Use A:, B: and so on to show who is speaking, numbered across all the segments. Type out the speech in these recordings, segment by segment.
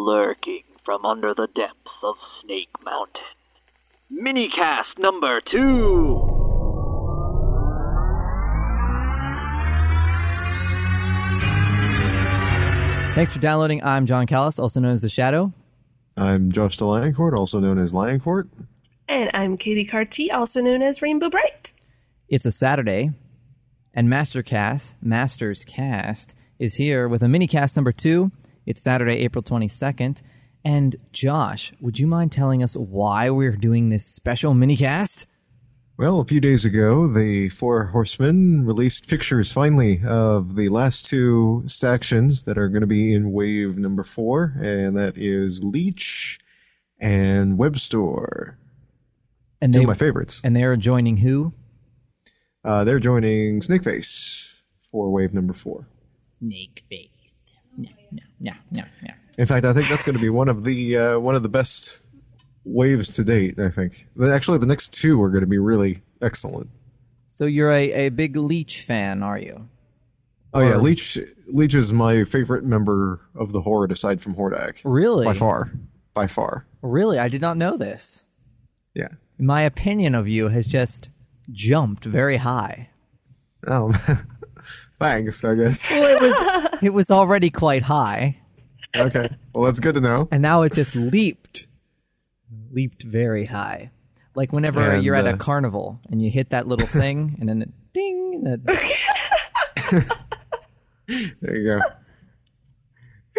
A: lurking from under the depths of Snake Mountain. Minicast number two!
B: Thanks for downloading. I'm John Callis, also known as The Shadow.
C: I'm Josh DeLioncourt, also known as Lioncourt.
D: And I'm Katie Carty, also known as Rainbow Bright.
B: It's a Saturday, and Mastercast, Masters Cast, is here with a mini cast number two. It's Saturday, April 22nd. And Josh, would you mind telling us why we're doing this special mini cast?
C: Well, a few days ago, the Four Horsemen released pictures finally of the last two sections that are going to be in wave number four, and that is Leech and Webstore.
B: And
C: Two
B: they,
C: of my favorites.
B: and they are joining who?
C: Uh, they're joining Snakeface for wave number four.
B: Snake Faith. No, no, no, no, no.
C: In fact, I think that's going to be one of the uh, one of the best waves to date. I think The- actually the next two are going to be really excellent.
B: So you're a, a big Leech fan, are you?
C: Oh yeah, Leech Leech is my favorite member of the Horde aside from Hordak.
B: Really?
C: By far. By far.
B: Really? I did not know this.
C: Yeah.
B: My opinion of you has just jumped very high.
C: Um thanks, I guess.
B: Well, it was it was already quite high,
C: Okay. Well that's good to know.
B: and now it just leaped, leaped very high, like whenever
C: And,
B: you're at a
C: uh,
B: carnival and you hit that little thing, and then it ding. and it-
C: There you go.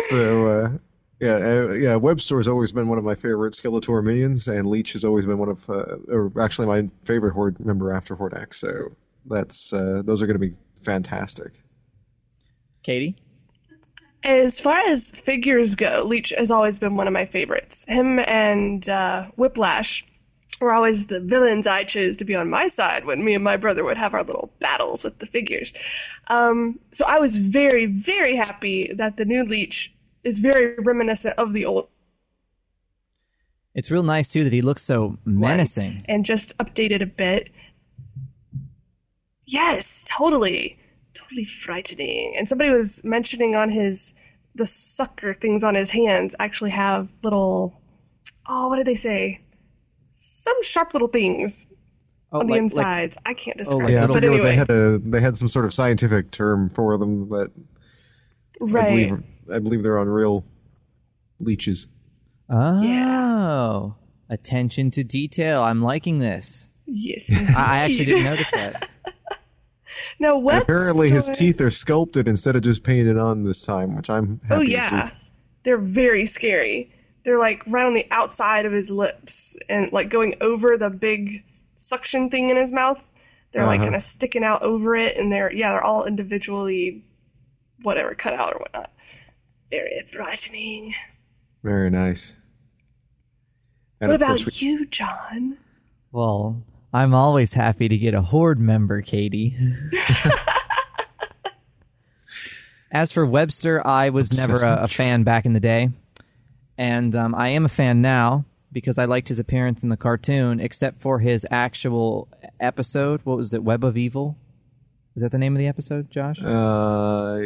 C: So uh yeah, uh, yeah. Webstore's always been one of my favorite Skeletor minions, and Leech has always been one of, uh, or actually my favorite Horde member after Hordak. So that's uh, those are going to be fantastic.
B: Katie,
D: As far as figures go, Leech has always been one of my favorites. Him and uh, Whiplash were always the villains I chose to be on my side when me and my brother would have our little battles with the figures. Um, so I was very, very happy that the new Leech is very reminiscent of the old
B: it's real nice too that he looks so menacing.
D: and just updated a bit. Yes, totally. Totally frightening. And somebody was mentioning on his the sucker things on his hands actually have little oh, what did they say? Some sharp little things
B: Oh,
D: on
B: like-
D: the
B: like-
D: insides. I can't describe
B: like
C: Yeah, I
D: it, but
C: forget what
D: anyway.
C: they had a they had some sort of scientific term for them that I
D: right.
C: believe I believe they're on real leeches.
B: oh,
D: Yeah.
B: attention to detail. I'm liking this.
D: Yes.
B: I, I actually
D: indeed.
B: didn't notice that.
D: now what
C: And apparently, his
D: story-
C: teeth are sculpted instead of just painted on this time, which I'm happy
D: Oh
C: to
D: yeah.
C: see.
D: They're very scary. They're like right on the outside of his lips and like going over the big suction thing in his mouth. They're like
C: Uh-huh.
D: kind of sticking out over it and they're yeah, they're all individually whatever cut out or whatnot. Very frightening.
C: Very nice. And
D: what
C: of course,
D: about
C: we
D: you, John?
B: Well, I'm always happy to get a horde member, Katie. As for Webster, I was never a, a fan back in the day, and um, I am a fan now because I liked his appearance in the cartoon, except for his actual episode. What was it? Web of Evil? Is that the name of the episode, Josh?
C: Uh,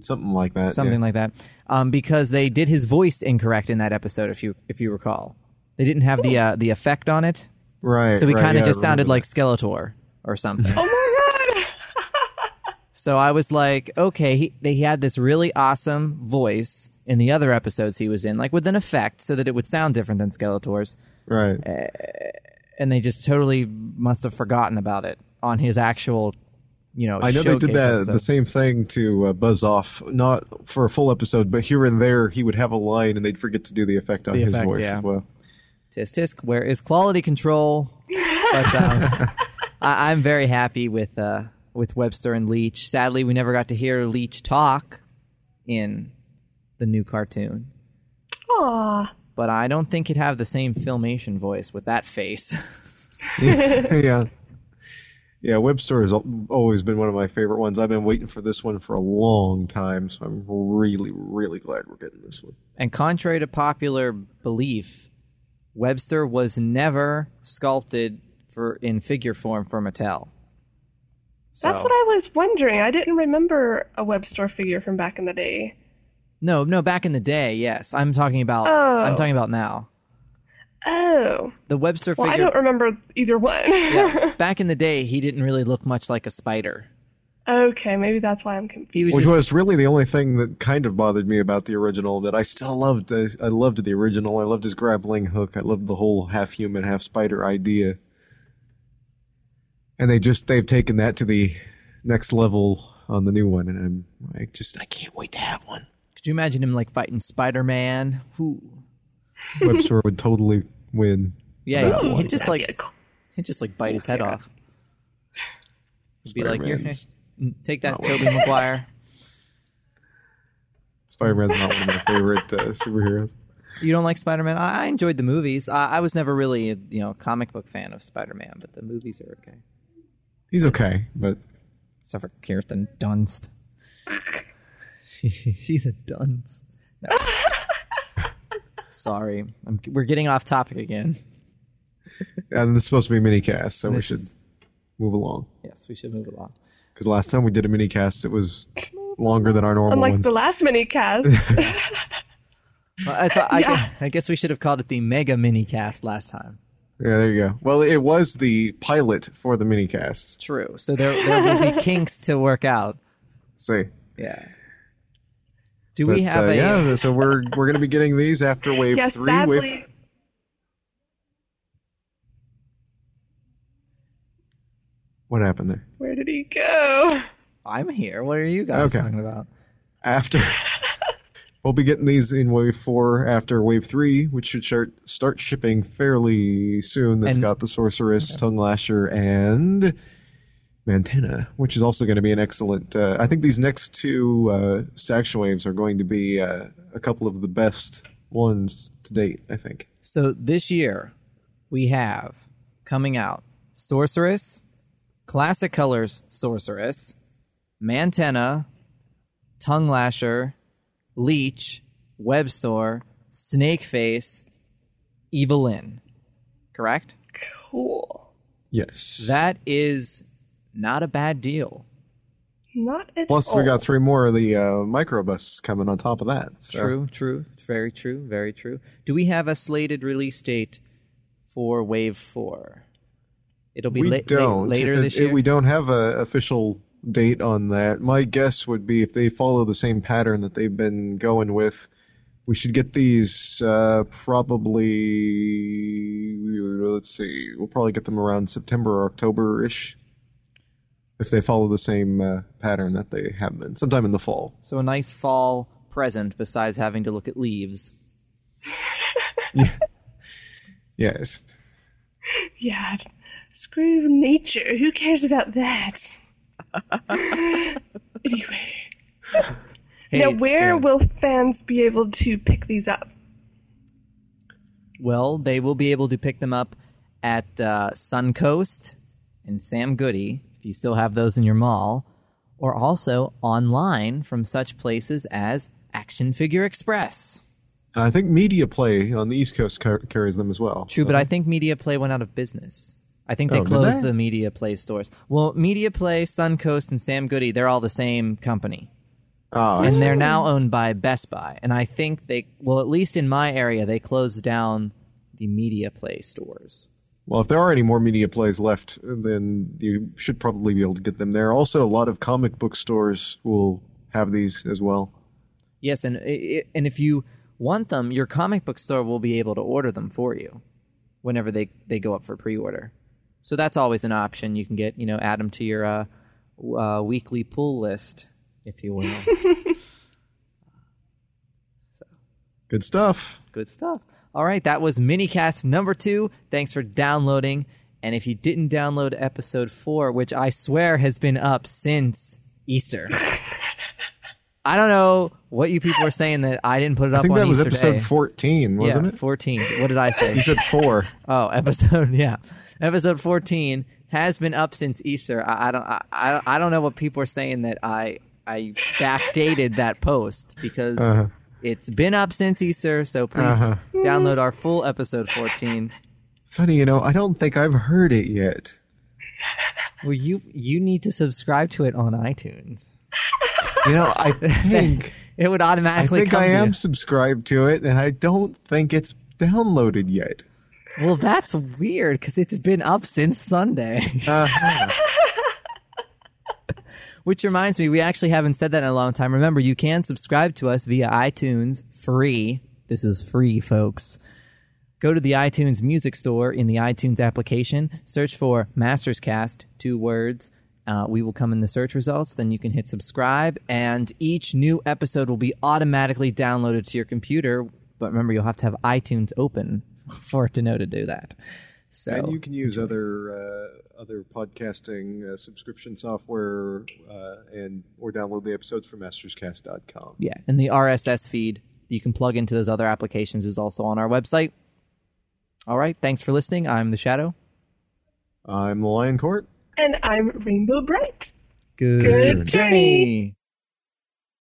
C: something like that.
B: Something like that. Um, because they did his voice incorrect in that episode, if you if you recall, they didn't have the uh, the effect on it,
C: yeah. right.
B: so he
C: right,
B: kind of
C: yeah, I
B: just sounded
C: remember
B: like Skeletor or something.
D: Oh my god.
B: So I was like, okay, he, they, he had this really awesome voice in the other episodes he was in, like with an effect so that it would sound different than Skeletor's.
C: that. right.
B: And they just totally must have forgotten about it on his actual, you know,
C: I know they did
B: showcase
C: that
B: episode.
C: the same thing to uh, Buzz Off, not for a full episode, but here and there he would have a line and they'd forget to do the effect on
B: The
C: his
B: effect,
C: voice
B: yeah.
C: as well.
B: Tisk tisk, where is quality control? But um, I, I'm very happy with uh, with Webster and Leach. Sadly, we never got to hear Leach talk in the new cartoon.
D: Aw.
B: But I don't think he'd have the same filmation voice with that face.
C: yeah. Yeah, Webster has al- always been one of my favorite ones. I've been waiting for this one for a long time, so I'm really, really glad we're getting this one.
B: And contrary to popular belief, Webster was never sculpted for in figure form for Mattel.
D: That's
B: So-
D: what I was wondering. I didn't remember a web store figure from back in the day.
B: No, no, back in the day, yes. I'm talking about
D: Oh.
B: I'm talking about now.
D: Oh,
B: The Webster
D: well, I
B: figure
D: don't remember either one.
B: yeah, back in the day he didn't really look much like a spider.
D: okay, maybe that's why I'm confused.
B: He was
C: Which
B: just-
C: was really the only thing that kind of bothered me about the original. That I still loved. I, I loved the original. I loved his grappling hook. I loved the whole half human, half spider idea. And they just they've taken that to the next level on the new one, and I'm I just I can't wait to have one.
B: could you imagine him like fighting Spider Man? Who
C: Webster would totally win.
B: Yeah,
C: That
B: he'd,
C: one.
B: he'd just
D: That'd be
B: like
D: a cool-
B: he'd just like bite his head off. Be like, "Here,
C: Spider-Man's,
B: Take that, Toby Maguire.
C: Spider-Man's not one of my favorite uh, superheroes.
B: You don't like Spider Man? I, I enjoyed the movies. I, I was never really, you know, a comic book fan of Spider Man, but the movies are okay.
C: He's okay, but
B: Except for Kirsten Dunst. She- She's a dunce. No. Sorry, I'm, we're getting off topic again.
C: and uh, this is supposed to be a mini cast, so we
B: This
C: should
B: is-
C: move along.
B: Yes, we should move along.
C: Because last time we did a mini cast, it was longer than our normal
D: Unlike
C: ones.
D: the last mini cast.
B: Well, I, thought- I, gu-
D: Yeah.
B: I guess we should have called it the Mega Mini Cast last time.
C: yeah, there you go. Well, it was the pilot for the mini cast.
B: True. So there there will be kinks to work out.
C: See,
B: Yeah. Do
C: but,
B: we have
C: uh,
B: a?
C: yeah. So we're we're gonna be getting these after wave
D: yeah,
C: three. Wave,
D: sadly.
C: what happened there?
D: Where did he go?
B: I'm here. What are you guys
C: Okay.
B: talking about?
C: After we'll be getting these in wave four after wave three, which should start start shipping fairly soon. That's
B: And-
C: got the sorceress, tongue lasher, and Mantana, which is also going to be an excellent. Uh, I think these next two uh, section waves are going to be uh, a couple of the best ones to date. I think.
B: So this year we have coming out Sorceress, Classic Colors Sorceress, Mantena, Tongue Lasher, Leech, Webstore, Snakeface, Evelyn. Correct?
D: Cool.
C: Yes.
B: That is not a bad deal.
D: Not at
C: Plus,
B: Oh.
C: we
D: all.
C: got three more of the uh, microbus coming on top of that. So.
B: True, true, very true, very true. Do we have a slated release date for Wave Four? It'll be
C: we
B: la- la-
C: don't.
B: later
C: If it-
B: this
C: if
B: year.
C: we don't have a official date on that. My guess would be if they follow the same pattern that they've been going with, we should get these uh, probably. Let's see. We'll probably get them around September or October ish. If they follow the same uh, pattern that they have been, sometime in the fall.
B: So a nice fall present besides having to look at leaves.
C: Yes.
D: Yeah. Screw nature. Who cares about that? anyway. now,
B: Hey,
D: where
B: yeah.
D: will fans be able to pick these up?
B: Well, they will be able to pick them up at uh, Suncoast and Sam Goody, if you still have those in your mall, or also online from such places as Action Figure Express.
C: I think Media Play on the East Coast car- carries them as well.
B: True, but I think Media Play went out of business. I think they
C: Oh, did
B: closed
C: they?
B: the Media Play stores. Well, Media Play, Suncoast, and Sam Goody, they're all the same company.
C: Ah, I
B: and
C: see.
B: they're now owned by Best Buy. And I think they, well, at least in my area, they closed down the Media Play stores.
C: Well, if there are any more media plays left, then you should probably be able to get them there. Also, a lot of comic book stores will have these as well.
B: Yes, and i- i- and if you want them, your comic book store will be able to order them for you whenever they they go up for pre-order. So that's always an option. You can get you know add them to your uh, w- uh, weekly pull list, if you will.
C: Good stuff.
B: Good stuff. All right, that was minicast number two. Thanks for downloading. And if you didn't download episode four, which I swear has been up since Easter, I don't know what you people are saying that I didn't put it up
C: I think
B: on
C: that was
B: Easter
C: episode
B: Day.
C: 14, wasn't
B: yeah,
C: it?
B: 14. What did I
C: You
B: say?
C: said four.
B: oh, episode, yeah. Episode 14 has been up since Easter. I, I don't I, I, I don't know what people are saying that I I backdated that post because
C: Uh-huh.
B: it's been up since Easter, so please
C: Uh-huh.
B: download our full episode 14.
C: Funny, you know, I don't think I've heard it yet.
B: Well, you you need to subscribe to it on iTunes.
C: You know, I think
B: it would
C: I
B: automatically.
C: think
B: come
C: I
B: to
C: am
B: you.
C: subscribed to it, and I don't think it's downloaded yet.
B: Well, that's weird because it's been up since Sunday. Uh-huh.
C: Uh,
B: Which reminds me, we actually haven't said that in a long time. Remember, you can subscribe to us via iTunes free. This is free, folks. Go to the iTunes Music Store in the iTunes application, search for Masters Cast, two words. Uh, we will come in the search results. Then you can hit subscribe, and each new episode will be automatically downloaded to your computer. But remember, you'll have to have iTunes open for it to know to do that. So
C: and you can use other uh, other podcasting uh, subscription software uh, and or download the episodes from masterscast.com.
B: Yeah, and the RSS feed you can plug into those other applications is also on our website. All right, thanks for listening. I'm the Shadow.
C: I'm the Lion Court.
D: And I'm Rainbow Bright.
B: Good,
D: Good journey.
B: journey.